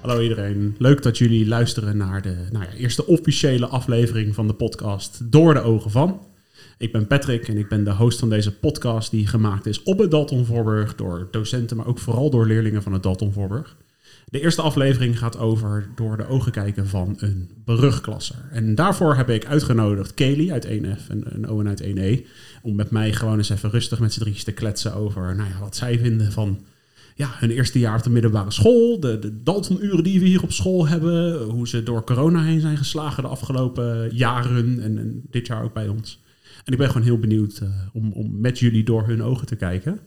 Hallo iedereen. Leuk dat jullie luisteren naar de nou ja, eerste officiële aflevering van de podcast Door de Ogen van. Ik ben Patrick en ik ben de host van deze podcast die gemaakt is op het Dalton Voorburg door docenten, maar ook vooral door leerlingen van het Dalton Voorburg. De eerste aflevering gaat over door de ogen kijken van een brugklasser. En daarvoor heb ik uitgenodigd Kelly uit 1F en, en Owen uit 1E. Om met mij gewoon eens even rustig met z'n drieën te kletsen over nou ja, wat zij vinden van ja, hun eerste jaar op de middelbare school. De, de Dalton-uren die we hier op school hebben. Hoe ze door corona heen zijn geslagen de afgelopen jaren. En, en dit jaar ook bij ons. En ik ben gewoon heel benieuwd eh, om, om met jullie door hun ogen te kijken.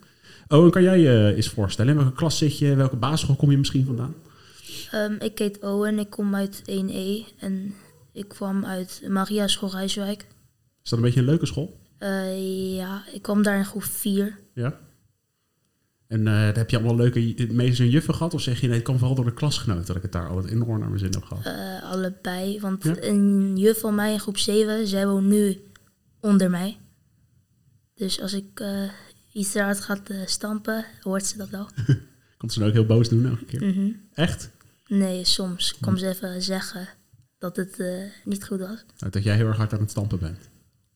Owen, kan jij je eens voorstellen? In welke klas zit je? Welke basisschool kom je misschien vandaan? Ehm, ik heet Owen, ik kom uit 1E en ik kwam uit Maria School Rijswijk. Is dat een beetje een leuke school? Eh, ja, ik kwam daar in groep 4. Ja. En eh, heb je allemaal leuke j- meesters en juffen gehad? Of zeg je, nee, het kwam vooral door de klasgenoten dat ik het daar altijd enorm naar mijn zin heb gehad? eh, allebei, want Ja. een juf van mij in groep 7, zij woont nu onder mij. Dus als ik eh, iets eruit ga eh, stampen, hoort ze dat wel. Komt ze dan ook heel boos doen elke keer? Mhm. Echt? Nee, soms kwam ze even zeggen dat het eh, niet goed was. Nou, dat jij heel erg hard aan het stampen bent.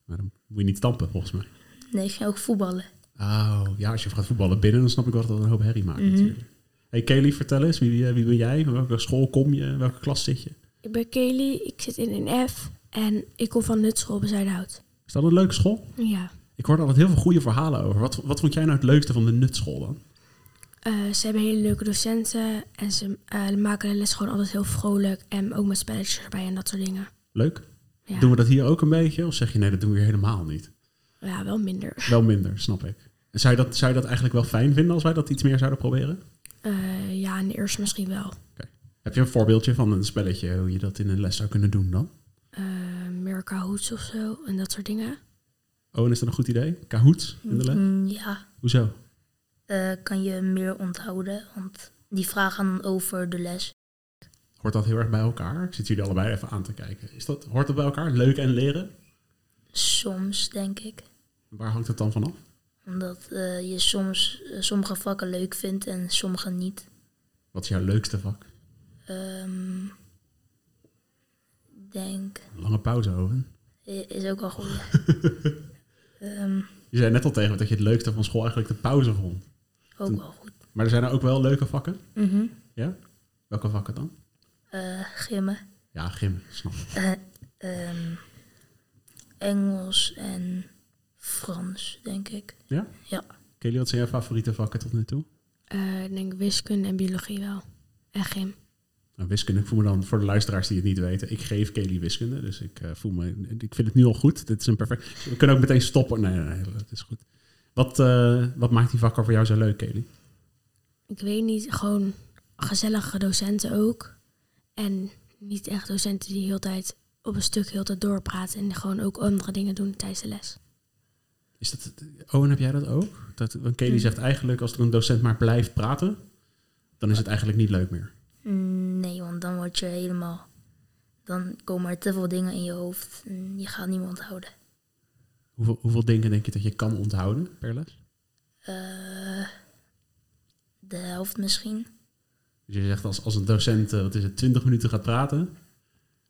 Maar dan moet je niet stampen, volgens mij. Nee, ik ging ook voetballen. Oh, ja, als je gaat voetballen binnen, dan snap ik wel dat dat een hoop herrie maakt natuurlijk. Hey Kelly, vertel eens, wie, eh, wie ben jij? Van welke school kom je? In welke klas zit je? Ik ben Kelly, ik zit in een F en ik kom van Nutschool bij Zuidhout. Is dat een leuke school? Ja. Ik hoorde altijd heel veel goede verhalen over. Wat, wat vond jij nou het leukste van de nutschool dan? Eh, ze hebben hele leuke docenten en ze eh, maken de les gewoon altijd heel vrolijk en ook met spelletjes erbij en dat soort dingen. Leuk? Ja, Doen we dat hier ook een beetje? Of zeg je nee, dat doen we hier helemaal niet? ja wel minder. Wel minder, snap ik. En Zou je, dat, zou je dat eigenlijk wel fijn vinden als wij dat iets meer zouden proberen? Eh, ja, in de eerste misschien wel. Heb je een voorbeeldje van een spelletje hoe je dat in een les zou kunnen doen dan? Eh meer Kahoots of zo en dat soort dingen. Oh, en is dat een goed idee? Kahoot in de les? Mm, ja, Hoezo? Eh, kan je meer onthouden, want die vragen gaan dan over de les. Hoort dat heel erg bij elkaar? Ik zit jullie allebei even aan te kijken. Is dat, hoort dat bij elkaar? Leuk en leren? Soms, denk ik. Waar hangt het dan vanaf? Omdat eh, je soms eh, sommige vakken leuk vindt en sommige niet. Wat is jouw leukste vak? Ehm, denk, Lange pauze, Owen. i- is ook wel goed. Ehm, Je zei net al tegen me dat je het leukste van school eigenlijk de pauze vond. ook wel goed. Maar er zijn er ook wel leuke vakken. Mhm. Ja? Welke vakken dan? Eh, gimmen. Ja, gym, snap ik. Eh, ehm, Engels en Frans, denk ik. Ja? Ja. Kelly, wat zijn jouw favoriete vakken tot nu toe? Eh, ik denk wiskunde en biologie wel. En gym. Nou, wiskunde, ik voel me dan, voor de luisteraars die het niet weten, ik geef Kelly wiskunde. Dus ik eh, voel me, ik vind het nu al goed. Dit is een perfect, we kunnen ook meteen stoppen. Nee, nee, nee, dat is goed. Wat, eh, wat maakt die vakken voor jou zo leuk, Kelly? Ik weet niet, gewoon gezellige docenten ook. En niet echt docenten die heel tijd op een stuk heel tijd doorpraten en gewoon ook andere dingen doen tijdens de les. Is dat, Owen, heb jij dat ook? Dat, want Kelly zegt eigenlijk, als er een docent maar blijft praten, dan is het eigenlijk niet leuk meer. Mm, Nee, want dan word je helemaal... Dan komen er te veel dingen in je hoofd en je gaat niet meer onthouden. Hoeveel, hoeveel dingen denk je dat je kan onthouden per les? Eh, de helft misschien. Dus je zegt, als, als een docent, eh, wat is het, 20 minuten gaat praten,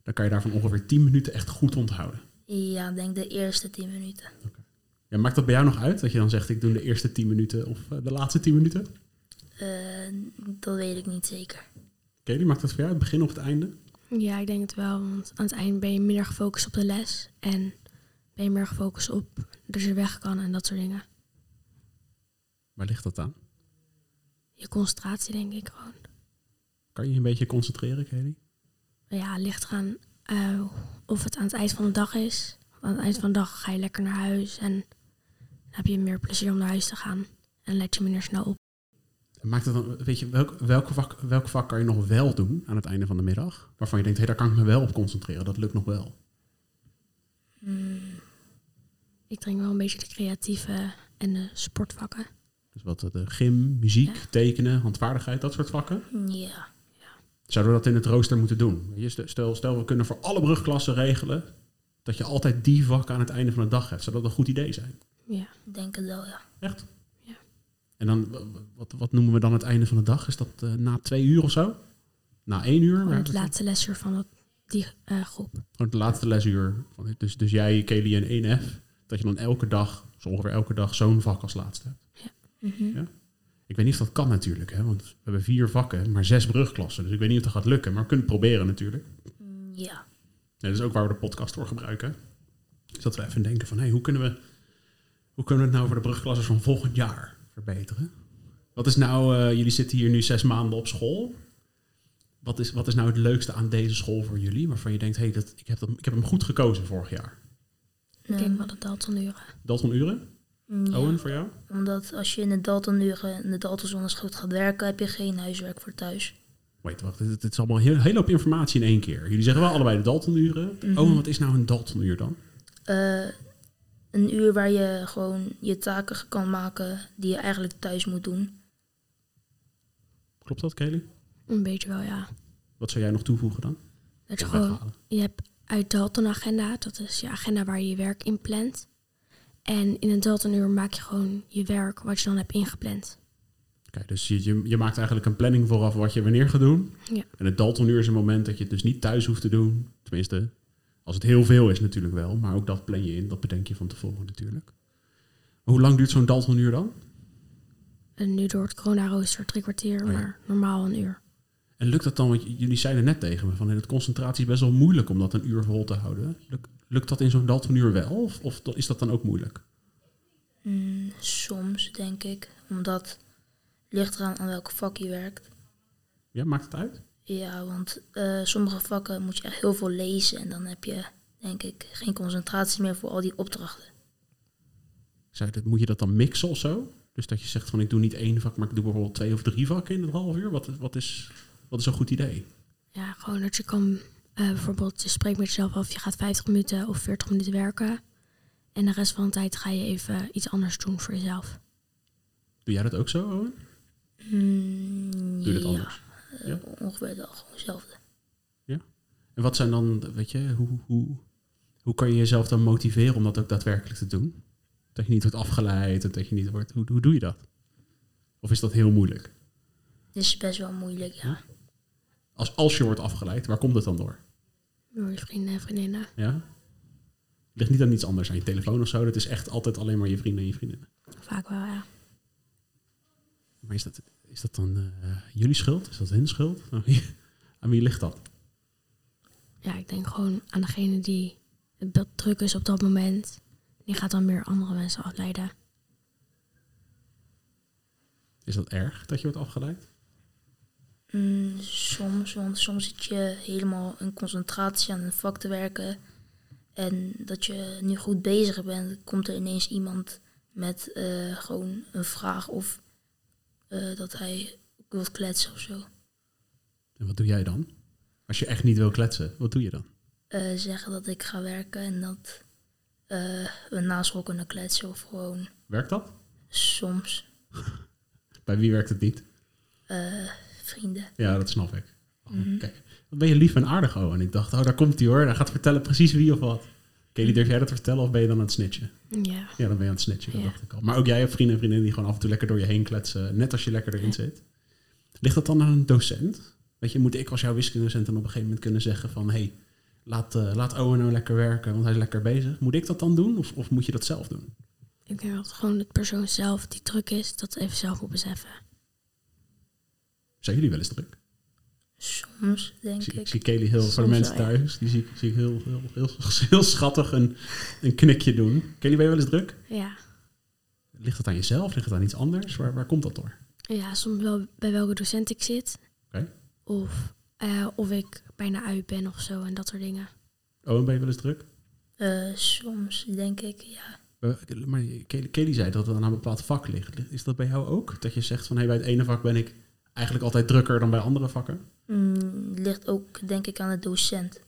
dan kan je daarvan ongeveer 10 minuten echt goed onthouden. Ja, ik denk de eerste 10 minuten. Ja, maakt dat bij jou nog uit? Dat je dan zegt, ik doe de eerste 10 minuten of eh, de laatste 10 minuten? Eh, dat weet ik niet zeker. Kelly, maakt dat voor jou het begin of het einde? Ja, ik denk het wel, want aan het eind ben je minder gefocust op de les en ben je meer gefocust op dat je weg kan en dat soort dingen. Waar ligt dat aan? Je concentratie denk ik gewoon. Kan je je een beetje concentreren, Kelly? Maar Ja, het ligt eraan eh, of het aan het eind van de dag is. Want aan het eind van de dag ga je lekker naar huis en dan heb je meer plezier om naar huis te gaan en let je minder snel op. En Maakt het dan, weet je, welk, welke vak, welk vak kan je nog wel doen aan het einde van de middag? Waarvan je denkt, hé, daar kan ik me wel op concentreren, dat lukt nog wel. Hmm, Ik drink wel een beetje de creatieve en de sportvakken. Dus wat eh, de gym, muziek, Ja. tekenen, handvaardigheid, dat soort vakken. ja. Zouden we dat in het rooster moeten doen? Weet je, stel- Stel, stel, we kunnen voor alle brugklassen regelen dat je altijd die vakken aan het einde van de dag hebt. Zou dat een goed idee zijn? Ja. Ik denk het wel, ja. Echt? Ja. En dan, w- w- wat, wat noemen we dan het einde van de dag? Is dat eh, na twee uur of zo? Na één uur? Gewoon Waar- het laatste lesuur van dat- die eh, groep. Gewoon het laatste lesuur. van dit. Dus, dus jij, Kelly en 1F. Dat je dan elke dag, zo ongeveer elke dag, zo'n vak als laatste hebt. Mhm. Ik weet niet of dat kan natuurlijk. Hè, want we hebben vier vakken, maar zes brugklassen. Dus ik weet niet of dat gaat lukken. Maar we kunnen het proberen natuurlijk. Mm, Ja. Ja, dat is ook waar we de podcast voor gebruiken. Dus dat we even denken van, hé, hoe kunnen we, hoe kunnen we het nou voor de brugklassers van volgend jaar verbeteren? Wat is nou, eh, jullie zitten hier nu zes maanden op school. Wat is, wat is nou het leukste aan deze school voor jullie? Waarvan je denkt, hé, hey, ik, heb dat- ik heb hem goed gekozen vorig jaar. Ik Ja. denk wel de Daltonuren. Dalton Uren, Mm, ja. Owen, voor jou? Omdat als je in de Dalton in de Daltonzones goed gaat werken, heb je geen huiswerk voor thuis. Wait, wacht, dit, dit is allemaal een heel- hele hoop informatie in één keer. Jullie zeggen wel allebei de Daltonuren. Mhm. Owen, wat is nou een Daltonuur dan? Eh, een uur waar je gewoon je taken kan maken die je eigenlijk thuis moet doen. Klopt dat, Kelly? Een beetje wel, ja. Wat zou jij nog toevoegen dan? Dat je Of gewoon weghalen? Je hebt uit Dalton agenda, dat is je agenda waar je je werk in plant. En in een Daltonuur maak je gewoon je werk wat je dan hebt ingepland. Oké, dus je, je, je maakt eigenlijk een planning vooraf wat je wanneer gaat doen. Ja. En het Daltonuur is een moment dat je het dus niet thuis hoeft te doen. Tenminste, als het heel veel is natuurlijk wel. Maar ook dat plan je in, dat bedenk je van tevoren natuurlijk. Maar hoe lang duurt zo'n Daltonuur dan? En nu door het corona-rooster drie kwartier, Oh ja. maar normaal een uur. En lukt dat dan, want j- jullie zeiden net tegen me van hey, dat concentratie is best wel moeilijk om dat een uur vol te houden. Luk- lukt dat in zo'n Daltonuur wel of, of da- is dat dan ook moeilijk? Mm, soms, denk ik. Omdat ligt eraan aan welk vak je werkt. Ja, maakt het uit? Ja, want eh, sommige vakken moet je echt heel veel lezen en dan heb je, denk ik, geen concentratie meer voor al die opdrachten. Zou je dat, moet je dat dan mixen of zo? Dus dat je zegt van ik doe niet één vak, maar ik doe bijvoorbeeld twee of drie vakken in een half uur. Wat, wat, is, wat is een goed idee? Ja, gewoon dat je kan eh, bijvoorbeeld, je spreekt met jezelf af, je gaat 50 minuten of 40 minuten werken. En de rest van de tijd ga je even iets anders doen voor jezelf. Doe jij dat ook zo, Owen? Mm, Doe je dat ja, anders? eh, Ja? ongeveer wel gewoon hetzelfde. En wat zijn dan, weet je, hoe, hoe, hoe kan je jezelf dan motiveren om dat ook daadwerkelijk te doen? Dat je niet wordt afgeleid en dat je niet wordt, hoe, hoe doe je dat? Of is dat heel moeilijk? Het is best wel moeilijk, ja. Als, als je wordt afgeleid, waar komt het dan door? Door je vrienden en vriendinnen. Ja? Ligt niet aan iets anders, aan je telefoon of zo. Dat is echt altijd alleen maar je vrienden en je vriendinnen. Vaak wel, ja. Maar is dat, is dat dan eh, jullie schuld? Is dat hun schuld? Aan wie, aan wie ligt dat? Ja, ik denk gewoon aan degene die het be- druk is op dat moment. Die gaat dan meer andere mensen afleiden. Is dat erg dat je wordt afgeleid? Mm, soms, want soms zit je helemaal in concentratie aan een vak te werken. En dat je nu goed bezig bent, komt er ineens iemand met eh, gewoon een vraag of eh, dat hij wilt kletsen of zo. En wat doe jij dan? Als je echt niet wil kletsen, wat doe je dan? Eh, zeggen dat ik ga werken en dat eh, we na school kunnen kletsen of gewoon Werkt dat? soms Bij wie werkt het niet? eh, vrienden. Ja, dat snap ik. Oh, Mhm. Kijk, wat ben je lief en aardig, Owen. Ik dacht, oh, daar komt hij hoor. Hij gaat vertellen precies wie of wat. Kelly, durf jij dat te vertellen of ben je dan aan het snitchen? Ja. Ja, dan ben je aan het snitchen, dat Ja. dacht ik al. Maar ook jij hebt vrienden en vriendinnen die gewoon af en toe lekker door je heen kletsen. Net als je lekker erin Ja. zit. Ligt dat dan aan een docent? Weet je, moet ik als jouw wiskundedocent dan op een gegeven moment kunnen zeggen van... Hé, hey, laat, eh, laat Owen nou lekker werken, want hij is lekker bezig. Moet ik dat dan doen of, of moet je dat zelf doen? Ik denk dat gewoon de persoon zelf die druk is, dat even zelf moet beseffen. Zijn jullie wel eens druk? Soms, denk Ik zie, ik ik. zie Kelly heel, voor de Soms mensen wel, ja. thuis, die zie, ik- zie ik heel, heel, heel, heel schattig een, een knikje doen. Kelly, ben je wel eens druk? Ja. Ligt het aan jezelf? Ligt het aan iets anders? Waar, waar komt dat door? Ja, soms wel bij welke docent ik zit. Oké. Of eh, of ik bijna uit ben of zo en dat soort dingen. Owen, ben je wel eens druk? Eh, soms, denk ik, ja. Eh, Maar Kelly, Kelly zei dat het aan een bepaald vak ligt. Is dat bij jou ook? Dat je zegt van, hé, bij het ene vak ben ik eigenlijk altijd drukker dan bij andere vakken? Mm, ligt ook, denk ik, aan de docent.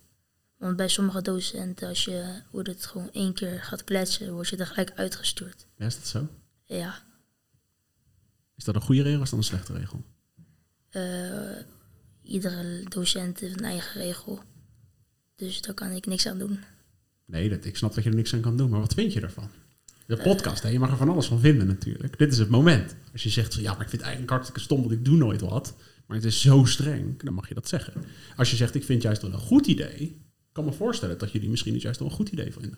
Want bij sommige docenten, als je hoe het gewoon één keer gaat kletsen, word je er gelijk uitgestuurd. Ja, is dat zo? Ja. Is dat een goede regel of is dat een slechte regel? eh, iedere docent heeft een eigen regel. Dus daar kan ik niks aan doen. Nee, dat, ik snap dat je er niks aan kan doen, maar wat vind je ervan? De podcast, hè? je mag er van alles van vinden natuurlijk. Dit is het moment. Als je zegt, van, ja, maar ik vind het eigenlijk hartstikke stom, want ik doe nooit wat. Maar het is zo streng, dan mag je dat zeggen. Als je zegt, ik vind juist wel een goed idee, kan me voorstellen dat jullie misschien het juist wel een goed idee vinden.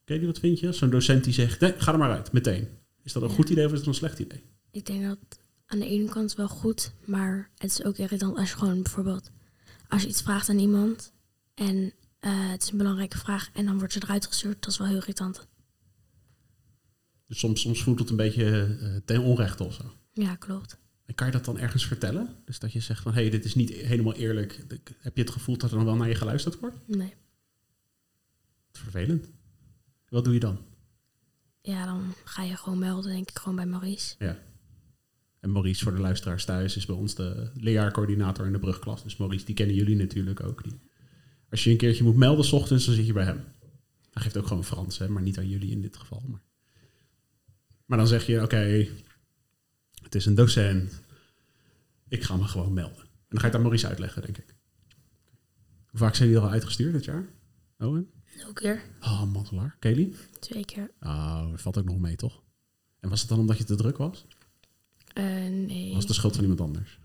Oké, wat vind je? Zo'n docent die zegt, nee, ga er maar uit, meteen. Is dat een Ja. goed idee of is dat een slecht idee? Ik denk dat aan de ene kant wel goed, maar het is ook irritant als je gewoon bijvoorbeeld als je iets vraagt aan iemand en eh, het is een belangrijke vraag en dan wordt je eruit gestuurd, dat is wel heel irritant. Dus soms, soms voelt het een beetje eh, ten onrechte of zo. Ja, klopt. En kan je dat dan ergens vertellen? Dus dat je zegt van, hé, hey, dit is niet helemaal eerlijk. Heb je het gevoel dat er dan wel naar je geluisterd wordt? Nee. Vervelend. Wat doe je dan? Ja, dan ga je gewoon melden, denk ik, gewoon bij Maurice. En Maurice, voor de luisteraars thuis, is bij ons de leraarcoördinator in de brugklas. Dus Maurice, die kennen jullie natuurlijk ook. Die, als je een keertje moet melden, 's ochtends, dan zit je bij hem. Hij geeft ook gewoon Frans, hè, maar niet aan jullie in dit geval. Maar, maar dan zeg je, oké, het is een docent. Ik ga me gewoon melden. En dan ga je het aan Maurice uitleggen, denk ik. Hoe vaak zijn jullie er al uitgestuurd dit jaar? Owen? Ook keer. Ah, Mantelaar. Kelly? Twee keer. Ah, dat valt ook nog mee, toch? En was het dan omdat je te druk was? Eh, Of nee. was het de schuld van iemand anders?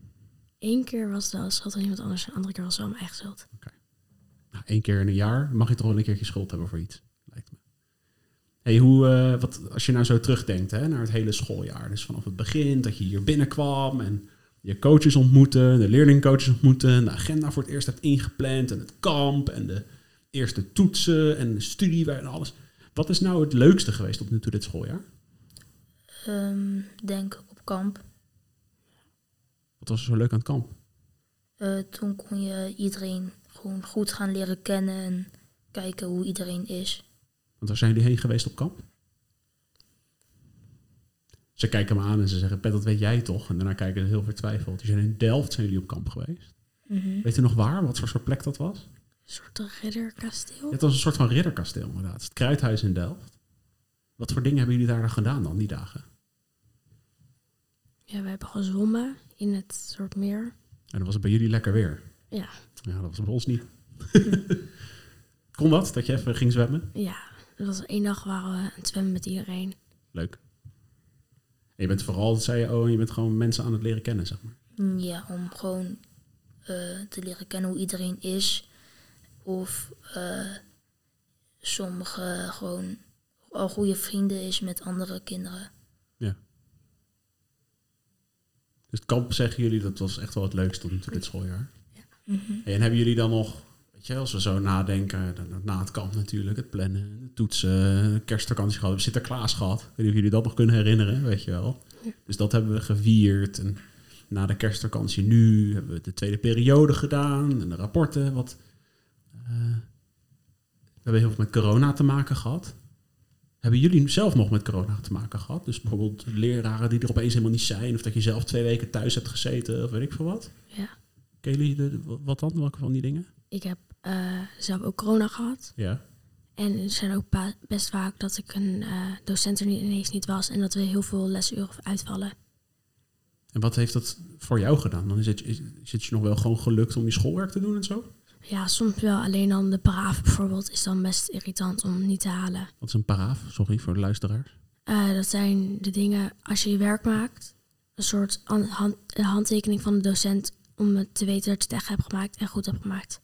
Eén keer was de schuld van iemand anders, de andere keer was het wel mijn eigen schuld. Nou, één keer in een jaar mag je toch wel een keertje schuld hebben voor iets, lijkt me. Hey, hoe, eh, wat, als je nou zo terugdenkt hè, naar het hele schooljaar, dus vanaf het begin dat je hier binnenkwam en je coaches ontmoette, de leerlingcoaches ontmoette, en de agenda voor het eerst hebt ingepland en het kamp en de eerste toetsen en de studie en alles. Wat is nou het leukste geweest tot nu toe dit schooljaar? Ehm, denk op kamp. Wat was er zo leuk aan het kamp? Eh, toen kon je iedereen gewoon goed gaan leren kennen en kijken hoe iedereen is. Want waar zijn jullie heen geweest op kamp? Ze kijken me aan en ze zeggen, Pet, dat weet jij toch? En daarna kijken ze heel vertwijfeld. Die zijn in Delft zijn jullie op kamp geweest. Mhm. Weet u nog waar? Wat voor soort plek dat was? Een soort ridderkasteel. Het was een soort van ridderkasteel inderdaad. Het Kruidhuis in Delft. Wat voor dingen hebben jullie daar dan gedaan dan, die dagen? Ja, we hebben gezwommen in het soort meer. En dan was het bij jullie lekker weer. Ja. Ja, dat was bij ons niet. Kon dat, dat je even ging zwemmen? Ja, dat was één dag waren we aan het zwemmen met iedereen. Leuk. En je bent vooral, dat zei je, oh, je bent gewoon mensen aan het leren kennen, zeg maar. Ja, om gewoon eh, te leren kennen hoe iedereen is. Of eh sommige gewoon al goede vrienden is met andere kinderen. Dus het kamp zeggen jullie, dat was echt wel het leukste tot nu toe dit schooljaar. Mhm. Hey, en hebben jullie dan nog, weet je, als we zo nadenken, dan- dan na het kamp natuurlijk, het plannen, de toetsen, de kerstvakantie gehad, we hebben Sinterklaas gehad. Ik weet niet of jullie dat nog kunnen herinneren, weet je wel. Ja. Dus dat hebben we gevierd. En na de kerstvakantie nu hebben we de tweede periode gedaan en de rapporten. Wat, eh, we hebben heel veel met corona te maken gehad. Hebben jullie zelf nog met corona te maken gehad? Dus bijvoorbeeld leraren die er opeens helemaal niet zijn, of dat je zelf twee weken thuis hebt gezeten, of weet ik veel wat. Ja. Kennen jullie de- de- wat dan? Welke van die dingen? Ik heb eh, zelf ook corona gehad. Ja. En er zijn ook pa- best vaak dat ik een eh, docent er niet, ineens niet was. En dat we heel veel lesuren uitvallen. En wat heeft dat voor jou gedaan? Dan is het, is, is het je nog wel gewoon gelukt om je schoolwerk te doen en zo? Ja, soms wel. Alleen dan de braaf bijvoorbeeld is dan best irritant om niet te halen. Wat is een paraaf? Sorry voor de luisteraars. Eh, dat zijn de dingen als je je werk maakt. Een soort an- hand, een handtekening van de docent om het te weten dat je het echt hebt gemaakt en goed hebt gemaakt.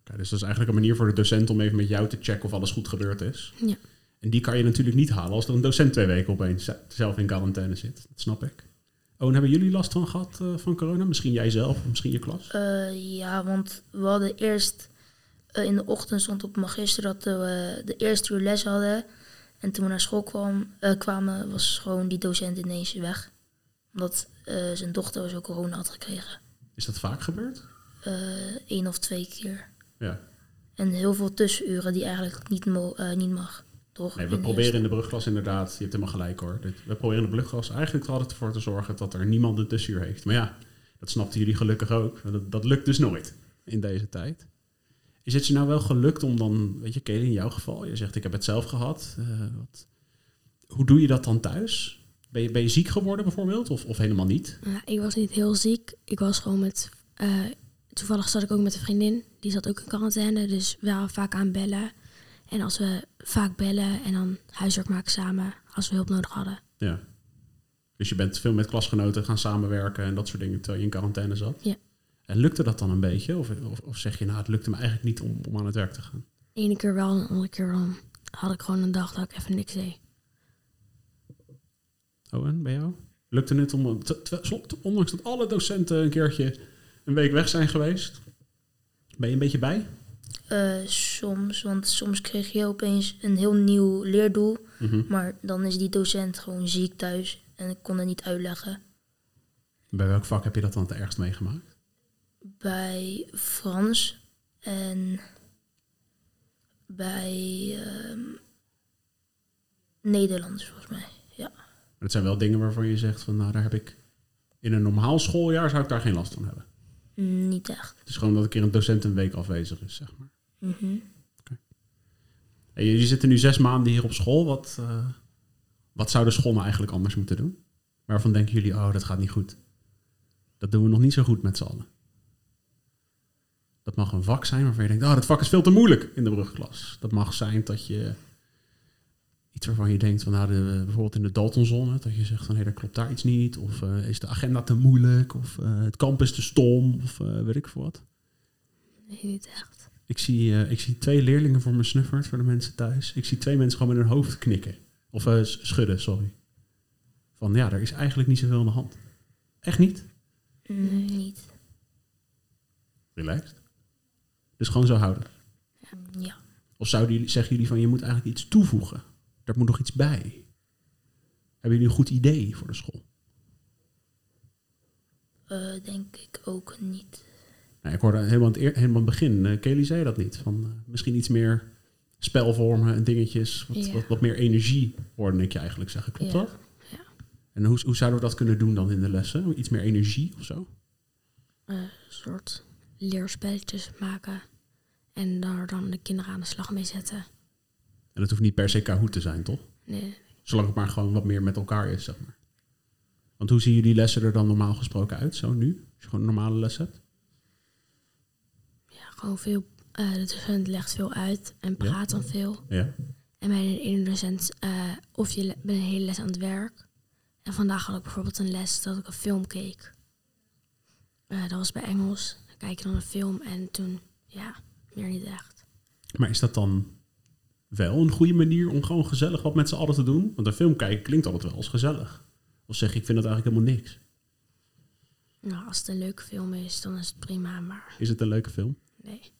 Oké, dus dat is eigenlijk een manier voor de docent om even met jou te checken of alles goed gebeurd is. Ja. En die kan je natuurlijk niet halen als er een docent twee weken opeens z- zelf in quarantaine zit. Dat snap ik. Oh, en hebben jullie last van gehad eh, van corona? Misschien jijzelf, of misschien je klas? Eh, ja, want we hadden eerst eh, in de ochtend stond op magister dat we eh, de eerste uur les hadden. En toen we naar school kwam, eh, kwamen, was gewoon die docent ineens weg. Omdat eh, zijn dochter zo corona had gekregen. Is dat vaak gebeurd? Eén of twee keer. Ja. En heel veel tussenuren die eigenlijk niet, mo- eh, niet mag. Toch? Nee, In we de proberen eerste. in de brugklas inderdaad, je hebt helemaal gelijk hoor. Dit- We proberen in de brugklas eigenlijk er altijd voor te zorgen dat er niemand een tussenuur heeft. Maar ja, dat snapten jullie gelukkig ook. want Dat, dat lukt dus nooit in deze tijd. Is het je nou wel gelukt om dan, weet je, Kelly, in jouw geval, je zegt ik heb het zelf gehad. eh, wat, hoe doe je dat dan thuis? Ben je, ben je ziek geworden bijvoorbeeld of, of helemaal niet? Ja, ik was niet heel ziek. Ik was gewoon met. eh, toevallig zat ik ook met een vriendin. Die zat ook in quarantaine. Dus we waren vaak aan het bellen. En als we vaak bellen en dan huiswerk maken samen als we hulp nodig hadden. Ja. Dus je bent veel met klasgenoten gaan samenwerken en dat soort dingen terwijl je in quarantaine zat. Ja. En lukte dat dan een beetje? Of, of, of zeg je, nou, het lukte me eigenlijk niet om, om aan het werk te gaan? De ene keer wel en de andere keer dan had ik gewoon een dag dat ik even niks deed. Owen, bij jou? Lukte het om, te- te- ondanks dat alle docenten een keertje een week weg zijn geweest, ben je een beetje bij? Eh, soms, want soms kreeg je opeens een heel nieuw leerdoel. Mhm. Maar dan is die docent gewoon ziek thuis en ik kon het niet uitleggen. Bij welk vak heb je dat dan het ergst meegemaakt? Bij Frans en bij ehm, Nederlands volgens mij. Maar dat zijn wel dingen waarvan je zegt van, nou, daar heb ik in een normaal schooljaar zou ik daar geen last van hebben. Niet echt. Het is gewoon dat een keer een docent een week afwezig is, zeg maar. Mhm. En jullie zitten nu zes maanden hier op school. Wat, eh, wat zou de school nou eigenlijk anders moeten doen? Waarvan denken jullie, oh, dat gaat niet goed. Dat doen we nog niet zo goed met z'n allen. Dat mag een vak zijn waarvan je denkt, oh, dat vak is veel te moeilijk in de brugklas. Dat mag zijn dat je iets waarvan je denkt, van, nou, de, bijvoorbeeld in de Daltonzone, dat je zegt van, hé, daar klopt daar iets niet. Of eh, is de agenda te moeilijk? Of eh, het kamp is te stom? Of eh, weet ik veel wat. Nee, niet echt. Ik zie, eh, ik zie twee leerlingen voor me snuffert, voor de mensen thuis. Ik zie twee mensen gewoon met hun hoofd knikken. Of eh, s- schudden, sorry. Van ja, er is eigenlijk niet zoveel aan de hand. Echt niet? Mm, Niet. Relaxed. Dus gewoon zo houden. Ja. Of zouden jullie, zeggen jullie van je moet eigenlijk iets toevoegen? Er moet nog iets bij. Hebben jullie een goed idee voor de school? Eh, denk ik ook niet. Nou, ik hoorde helemaal, aan het eer- helemaal aan het begin, eh, Kelly zei dat niet. Van, eh, misschien iets meer spelvormen en dingetjes. Wat, Ja. wat, wat meer energie hoorde ik je eigenlijk zeggen. Klopt Ja, dat? ja. En hoe, hoe zouden we dat kunnen doen dan in de lessen? Iets meer energie of zo? Een soort leerspelletjes maken en daar dan de kinderen aan de slag mee zetten. En dat hoeft niet per se Kahoot te zijn, toch? Nee, Zolang het maar gewoon wat meer met elkaar is, zeg maar. Want hoe zien jullie lessen er dan normaal gesproken uit, zo nu? Als je gewoon een normale les hebt? ja, gewoon veel. eh, de docent legt veel uit en Ja. praat dan veel. Ja. En bij de ene docent, eh, of je le- bent een hele les aan het werk. En vandaag had ik bijvoorbeeld een les dat ik een film keek. Eh, dat was bij Engels. Dan kijk je dan een film en toen, ja, meer niet echt. Maar is dat dan wel een goede manier om gewoon gezellig wat met z'n allen te doen? Want een film kijken klinkt altijd wel als gezellig. Of zeg je, ik vind dat eigenlijk helemaal niks. Nou, als het een leuke film is, dan is het prima, maar Is het een leuke film? nee,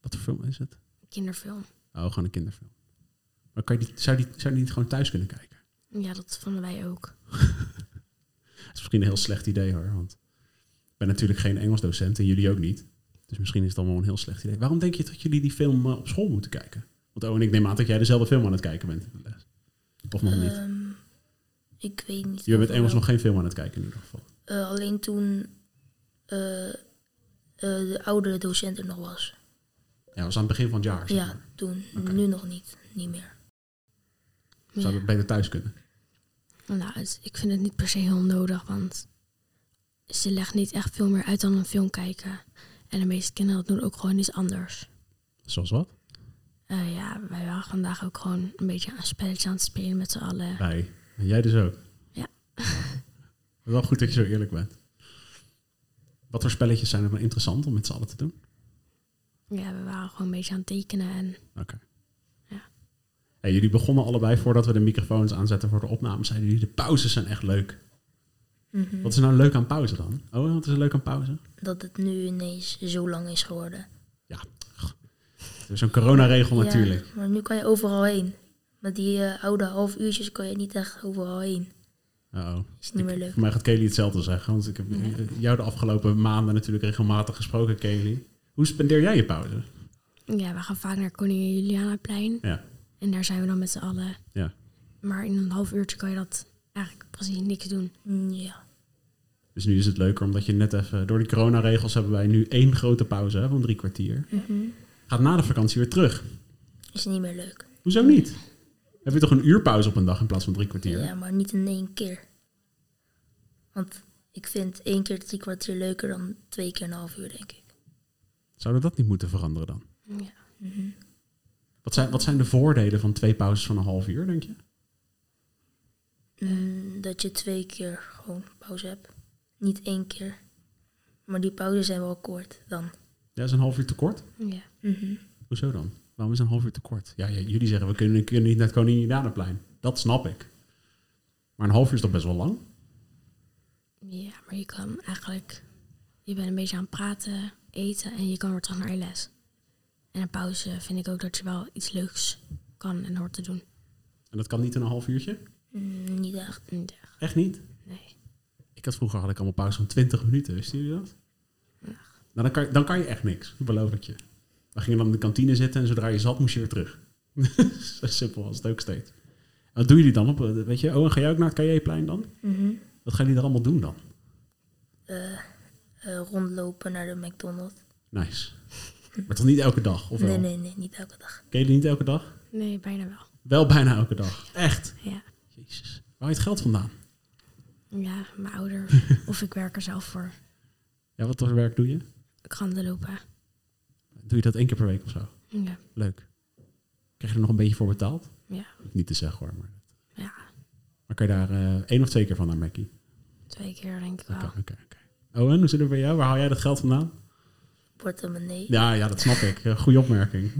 Wat voor film is het? een kinderfilm. Oh, gewoon een kinderfilm. Maar kan je die, zou, die, zou je die niet gewoon thuis kunnen kijken? Ja, dat vonden wij ook. Het is misschien een heel slecht idee hoor, want ik ben natuurlijk geen Engels docent en jullie ook niet. Dus misschien is het allemaal een heel slecht idee. Waarom denk je dat jullie die film eh, op school moeten kijken? Want oh, en ik neem aan dat jij dezelfde film aan het kijken bent in de les. Of nog niet? Ehm, ik weet niet. Je bent of Engels wel. nog geen film aan het kijken in ieder geval. Eh, alleen toen eh, eh, de oudere docent er nog was. Ja, dat was aan het begin van het jaar. zeg Ja, maar. toen. Oké. Nu nog niet. Niet meer. Maar Zou ja, dat beter thuis kunnen? nou, het- ik vind het niet per se heel nodig, want ze legt niet echt veel meer uit dan een film kijken. En de meeste kinderen doen ook gewoon iets anders. Zoals wat? Eh, ja, wij waren vandaag ook gewoon een beetje aan spelletje aan het spelen met z'n allen. Wij. En jij dus ook? Ja. Wel goed dat je zo eerlijk bent. Wat voor spelletjes zijn er dan interessant om met z'n allen te doen? Ja, we waren gewoon een beetje aan het tekenen. En Oké. Ja. Hey, jullie begonnen allebei voordat we de microfoons aanzetten voor de opname. Zeiden jullie, de pauzes zijn echt leuk. Mhm. Wat is er nou leuk aan pauze dan? Oh, wat is er leuk aan pauze? Dat het nu ineens zo lang is geworden. Er is zo'n coronaregel Ja, natuurlijk. Maar nu kan je overal heen. Met die eh, oude half uurtjes kan je niet echt overal heen. Uh-oh. Is niet meer Ik- leuk. Voor mij gaat Kelly hetzelfde zeggen. Want ik heb eh, jou de afgelopen maanden natuurlijk regelmatig gesproken, Kelly. Hoe spendeer jij je pauze? ja, we gaan vaak naar Koningin Julianaplein. Ja. En daar zijn we dan met z'n allen. Ja. Maar in een half uurtje kan je dat eigenlijk precies niks doen. Mm, Ja. Dus nu is het leuker omdat je net even... Door die coronaregels hebben wij nu één grote pauze hè, van drie kwartier. Mhm. Gaat na de vakantie weer terug. Is niet meer leuk. Hoezo niet? Heb je toch een uur pauze op een dag in plaats van drie kwartier? Ja, maar niet in één keer. Want ik vind één keer drie kwartier leuker dan twee keer een half uur, denk ik. Zouden we dat niet moeten veranderen dan? Ja. Mhm. Wat zijn, wat zijn de voordelen van twee pauzes van een half uur, denk je? Mm, dat je twee keer gewoon pauze hebt. Niet één keer. Maar die pauzes zijn wel kort dan. Dat is een half uur te kort. Ja. Mhm. Hoezo dan? Waarom is een half uur te kort? Ja, ja, jullie zeggen we kunnen, kunnen niet naar het Koninginnedanenplein. Dat snap ik. Maar een half uur is toch best wel lang? ja, maar je kan eigenlijk... Je bent een beetje aan het praten, eten en je kan weer terug naar je les. En een pauze vind ik ook dat je wel iets leuks kan en hoort te doen. En dat kan niet in een half uurtje? Mm, niet echt. Niet echt, Echt niet? nee. Ik had vroeger had ik allemaal pauze van 20 minuten, wisten jullie dat? Nou, dan kan, dan kan je echt niks, beloof ik je. We gingen dan in de kantine zitten en zodra je zat moest je weer terug. Zo simpel was het ook steeds. En wat doen jullie dan? Op, eh, weet je, oh, en ga jij ook naar het Carrierplein dan? Mhm. Wat gaan jullie daar allemaal doen dan? Eh, eh, rondlopen naar de McDonald's. Nice. Maar toch niet elke dag, of wel? Nee, nee, nee, niet elke dag. Ken je die niet elke dag? Nee, bijna wel. Wel bijna elke dag. Echt. Ja, Jezus. Waar haal je het geld vandaan? ja mijn ouders. of ik werk er zelf voor. Ja, wat voor werk doe je? Kranten lopen. Doe je dat één keer per week of zo? Ja, Leuk. Krijg je er nog een beetje voor betaald? ja, Niet te zeggen hoor. Maar, ja. maar kan je daar eh, één of twee keer van naar Mackie? Twee keer denk ik Oké, wel. oké, oké. Owen, hoe zit het bij jou? Waar haal jij dat geld vandaan? Portemonnee. Ja, ja, dat snap ik. Eh, Goeie opmerking.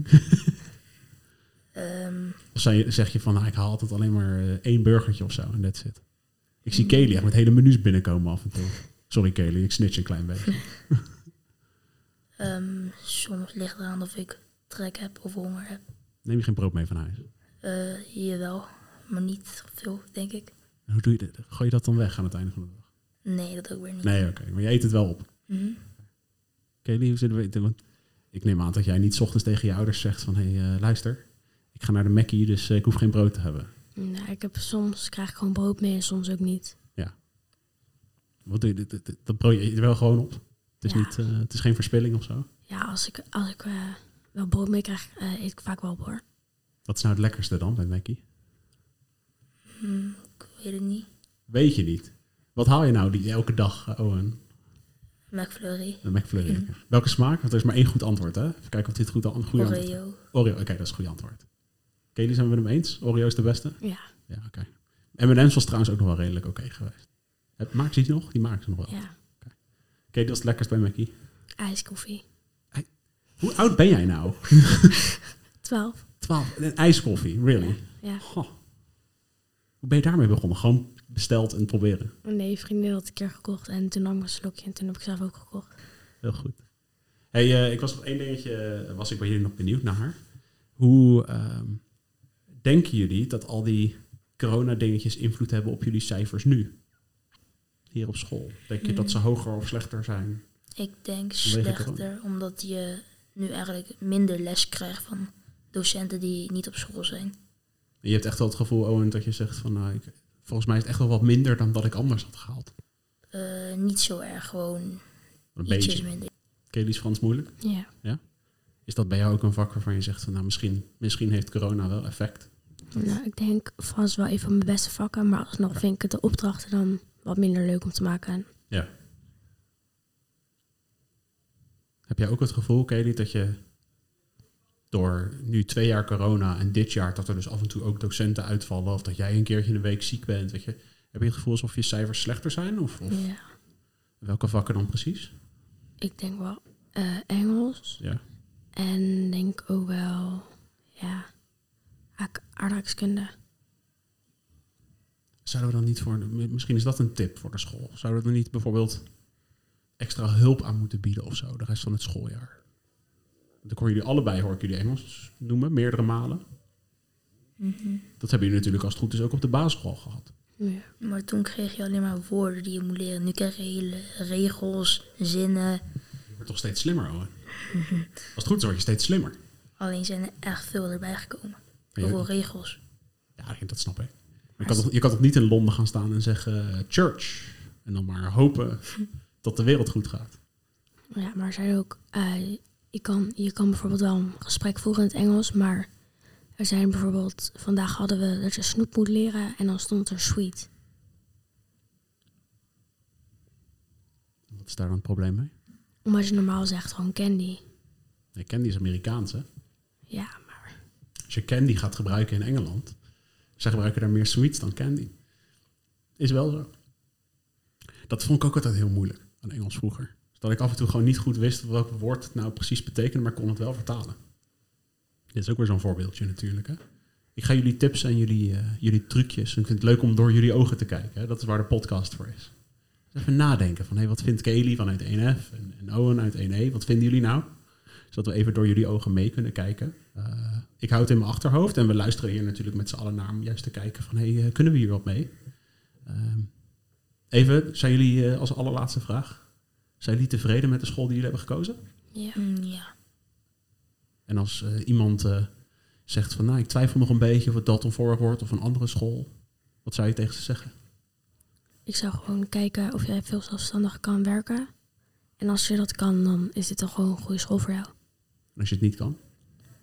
Ehm, Of zei je- zeg je van, nou, ik haal altijd alleen maar eh, één burgertje of zo en that's it. Ik zie Kelly echt met hele menus binnenkomen af en toe. Sorry Kelly, ik snitch een klein beetje. ehm, soms ligt eraan of ik trek heb of honger heb. Neem je geen brood mee van huis? Eh, jawel, maar niet veel, denk ik. En hoe doe je dit? Gooi je dat dan weg aan het einde van de dag? Nee, dat ook weer niet. Nee, oké. maar je eet het wel op. Mhm. Kelly, hoe zit het? Want ik neem aan dat jij niet 's ochtends tegen je ouders zegt van... hé, hey, eh, luister, ik ga naar de Mackie, dus eh, ik hoef geen brood te hebben. Ja, Mm, nou, ik heb soms krijg ik gewoon brood mee en soms ook niet. Wat doe je? Dat- Dat, dat brood je eet er wel gewoon op. Het is, Ja. niet, eh, het is geen verspilling of zo. Ja, als ik, als ik eh, wel brood mee krijg, eh, eet ik vaak wel op hoor. Wat is nou het lekkerste dan bij Mackie? Mm, ik weet het niet. Weet je niet. Wat haal je nou die elke dag, eh, Owen? McFlurry, Een McFlurry. Welke smaak? Want er is maar één goed antwoord, hè? Even kijken of dit goed, een goede antwoord is. Oreo. Oreo, oké, dat is een goed antwoord. Kelly, zijn we het hem eens? Oreo is de beste? Ja, Ja, oké. M&M's was trouwens ook nog wel redelijk oké geweest. Eh, Maak ze die nog? Die maken ze nog wel. ja. Oké, dat is het lekkerst bij Mackie. Ijskoffie. Hoe oud ben jij nou? Twaalf. Twaalf. Een ijskoffie, really? Ja. Goh. Hoe ben je daarmee begonnen? Gewoon besteld en proberen. Nee, vriendin had een keer gekocht en toen nam ik een slokje en toen heb ik zelf ook gekocht. Heel goed. Hey, eh, ik was nog één dingetje, eh, was ik bij jullie nog benieuwd naar. Hoe ehm, denken jullie dat al die corona-dingetjes invloed hebben op jullie cijfers nu? Hier op school. Denk Hmm. je dat ze hoger of slechter zijn? Ik denk Vanwege slechter, omdat je nu eigenlijk minder les krijgt van docenten die niet op school zijn. En je hebt echt wel het gevoel, Owen, dat je zegt van... nou, ik, volgens mij is het echt wel wat minder dan wat ik anders had gehaald. Eh, niet zo erg, gewoon Een ietsjes beetje. minder. Kelly is Frans moeilijk. Ja, Is dat bij jou ook een vak waarvan je zegt van nou misschien, misschien heeft corona wel effect? nou, ik denk Frans wel een van mijn beste vakken, maar alsnog vind ik het de opdrachten dan wat minder leuk om te maken. Ja. Heb jij ook het gevoel, Kelly, dat je door nu twee jaar corona en dit jaar dat er dus af en toe ook docenten uitvallen of dat jij een keertje in de week ziek bent, weet je, heb je het gevoel alsof je cijfers slechter zijn of, of Ja, welke vakken dan precies? ik denk wel eh, Engels Ja. en denk ook wel, ja, aak- aardrijkskunde. Zouden we dan niet voor, misschien is dat een tip voor de school, zouden we er niet bijvoorbeeld extra hulp aan moeten bieden of zo, de rest van het schooljaar? Want ik hoor jullie allebei, hoor ik jullie Engels noemen, meerdere malen. Mhm. Dat hebben jullie natuurlijk als het goed is ook op de basisschool gehad. Ja. Maar toen kreeg je alleen maar woorden die je moet leren. Nu krijg je hele regels, zinnen. Je wordt toch steeds slimmer, Owen? Als het goed is, word je steeds slimmer. Alleen zijn er echt veel erbij gekomen. Ja. Heel veel regels. Ja, dat snap ik. Maar je kan, toch, je kan toch niet in Londen gaan staan en zeggen eh, church. En dan maar hopen dat de wereld goed gaat. Ja, maar er zijn ook. eh, je, kan, je kan bijvoorbeeld wel een gesprek voeren in het Engels, maar er zijn bijvoorbeeld. Vandaag hadden we dat je snoep moet leren en dan stond er sweet. Wat is daar dan het probleem mee? Omdat je normaal zegt gewoon candy. Nee, candy is Amerikaans, hè? Ja, maar. Als je candy gaat gebruiken in Engeland, zij gebruiken daar meer sweets dan candy. Is wel zo. Dat vond ik ook altijd heel moeilijk aan Engels vroeger. Dus Dat ik af en toe gewoon niet goed wist welk woord het nou precies betekende, maar ik kon het wel vertalen. Dit is ook weer zo'n voorbeeldje natuurlijk. Hè? Ik ga jullie tips en jullie, eh, jullie trucjes. En ik vind het leuk om door jullie ogen te kijken. Hè? Dat is waar de podcast voor is. Dus even nadenken van, hé, wat vindt Kelly vanuit 1F en, en Owen uit 1E? Wat vinden jullie nou? Zodat we even door jullie ogen mee kunnen kijken. Eh, ik hou het in mijn achterhoofd en we luisteren hier natuurlijk met z'n allen naar om juist te kijken van, hé, eh, kunnen we hier wat mee? Ehm, even, zijn jullie eh, als allerlaatste vraag, zijn jullie tevreden met de school die jullie hebben gekozen? Ja. Mm, ja. En als eh, iemand eh, zegt van, nou, ik twijfel nog een beetje of het dat vorig wordt of een andere school, wat zou je tegen ze zeggen? Ik zou gewoon kijken of jij veel zelfstandig kan werken. En als je dat kan, dan is dit dan gewoon een goede school voor jou. En als je het niet kan?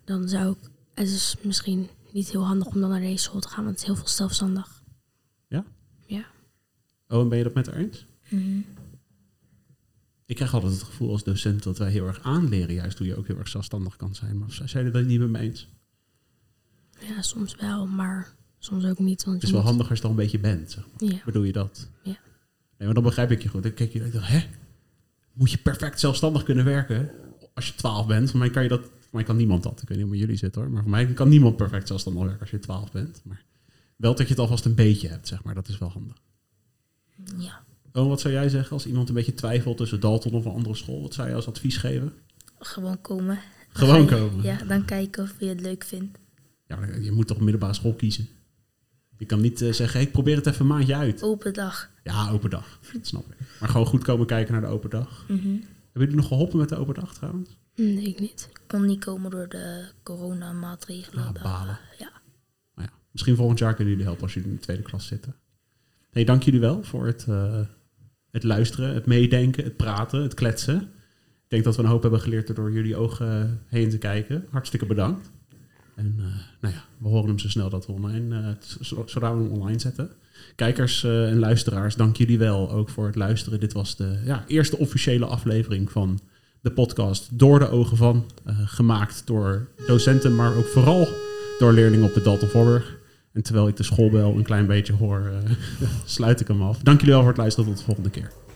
Dan zou ik... Het is misschien niet heel handig om dan naar deze school te gaan, want het is heel veel zelfstandig. Oh, en ben je dat met haar eens? Mhm. Ik krijg altijd het gevoel als docent dat wij heel erg aanleren, juist hoe je ook heel erg zelfstandig kan zijn. Maar zijn jullie dat niet met me eens? Ja, soms wel, maar soms ook niet. Want Het je is wel moet- handig als je het al een beetje bent. Zeg. maar. Ja. Bedoel je dat? Ja. Nee, maar dan begrijp ik je goed. Dan kijk je en denk je, hè? Moet je perfect zelfstandig kunnen werken als je 12 bent? Voor mij kan je dat. Voor mij kan niemand dat. Ik weet niet hoe jullie zitten hoor. Maar voor mij kan niemand perfect zelfstandig werken als je 12 bent. Maar wel dat je het alvast een beetje hebt, zeg maar. Dat is wel handig. ja. Oh, wat zou jij zeggen als iemand een beetje twijfelt tussen Dalton of een andere school? Wat zou je als advies geven? Gewoon komen. Gewoon Ga je- komen. Ja, dan kijken of je het leuk vindt. Ja, maar je moet toch middelbare school kiezen? Je kan niet eh, zeggen, hey, ik probeer het even een maandje uit. Open dag. Ja, open dag. Dat snap ik. Maar gewoon goed komen kijken naar de open dag. Mhm. Hebben jullie nog geholpen met de open dag trouwens? Nee, Hm, ik niet. Kon niet komen door de coronamaatregelen. Ah, Daar, balen. eh, Ja. Nou ja, misschien volgend jaar kunnen jullie helpen als jullie in de tweede klas zitten. Hey, dank jullie wel voor het, eh, het luisteren, het meedenken, het praten, het kletsen. Ik denk dat we een hoop hebben geleerd door door jullie ogen heen te kijken. Hartstikke bedankt. En eh, nou ja, we horen hem zo snel dat we online, eh, z- z- zodra we hem online zetten. Kijkers eh, en luisteraars, dank jullie wel ook voor het luisteren. Dit was de ja, eerste officiële aflevering van de podcast Door de Ogen van. eh, gemaakt door docenten, maar ook vooral door leerlingen op de Dalton Voorburg. En terwijl ik de schoolbel een klein beetje hoor, eh, sluit ik hem af. Dank jullie wel voor het luisteren. Tot de volgende keer.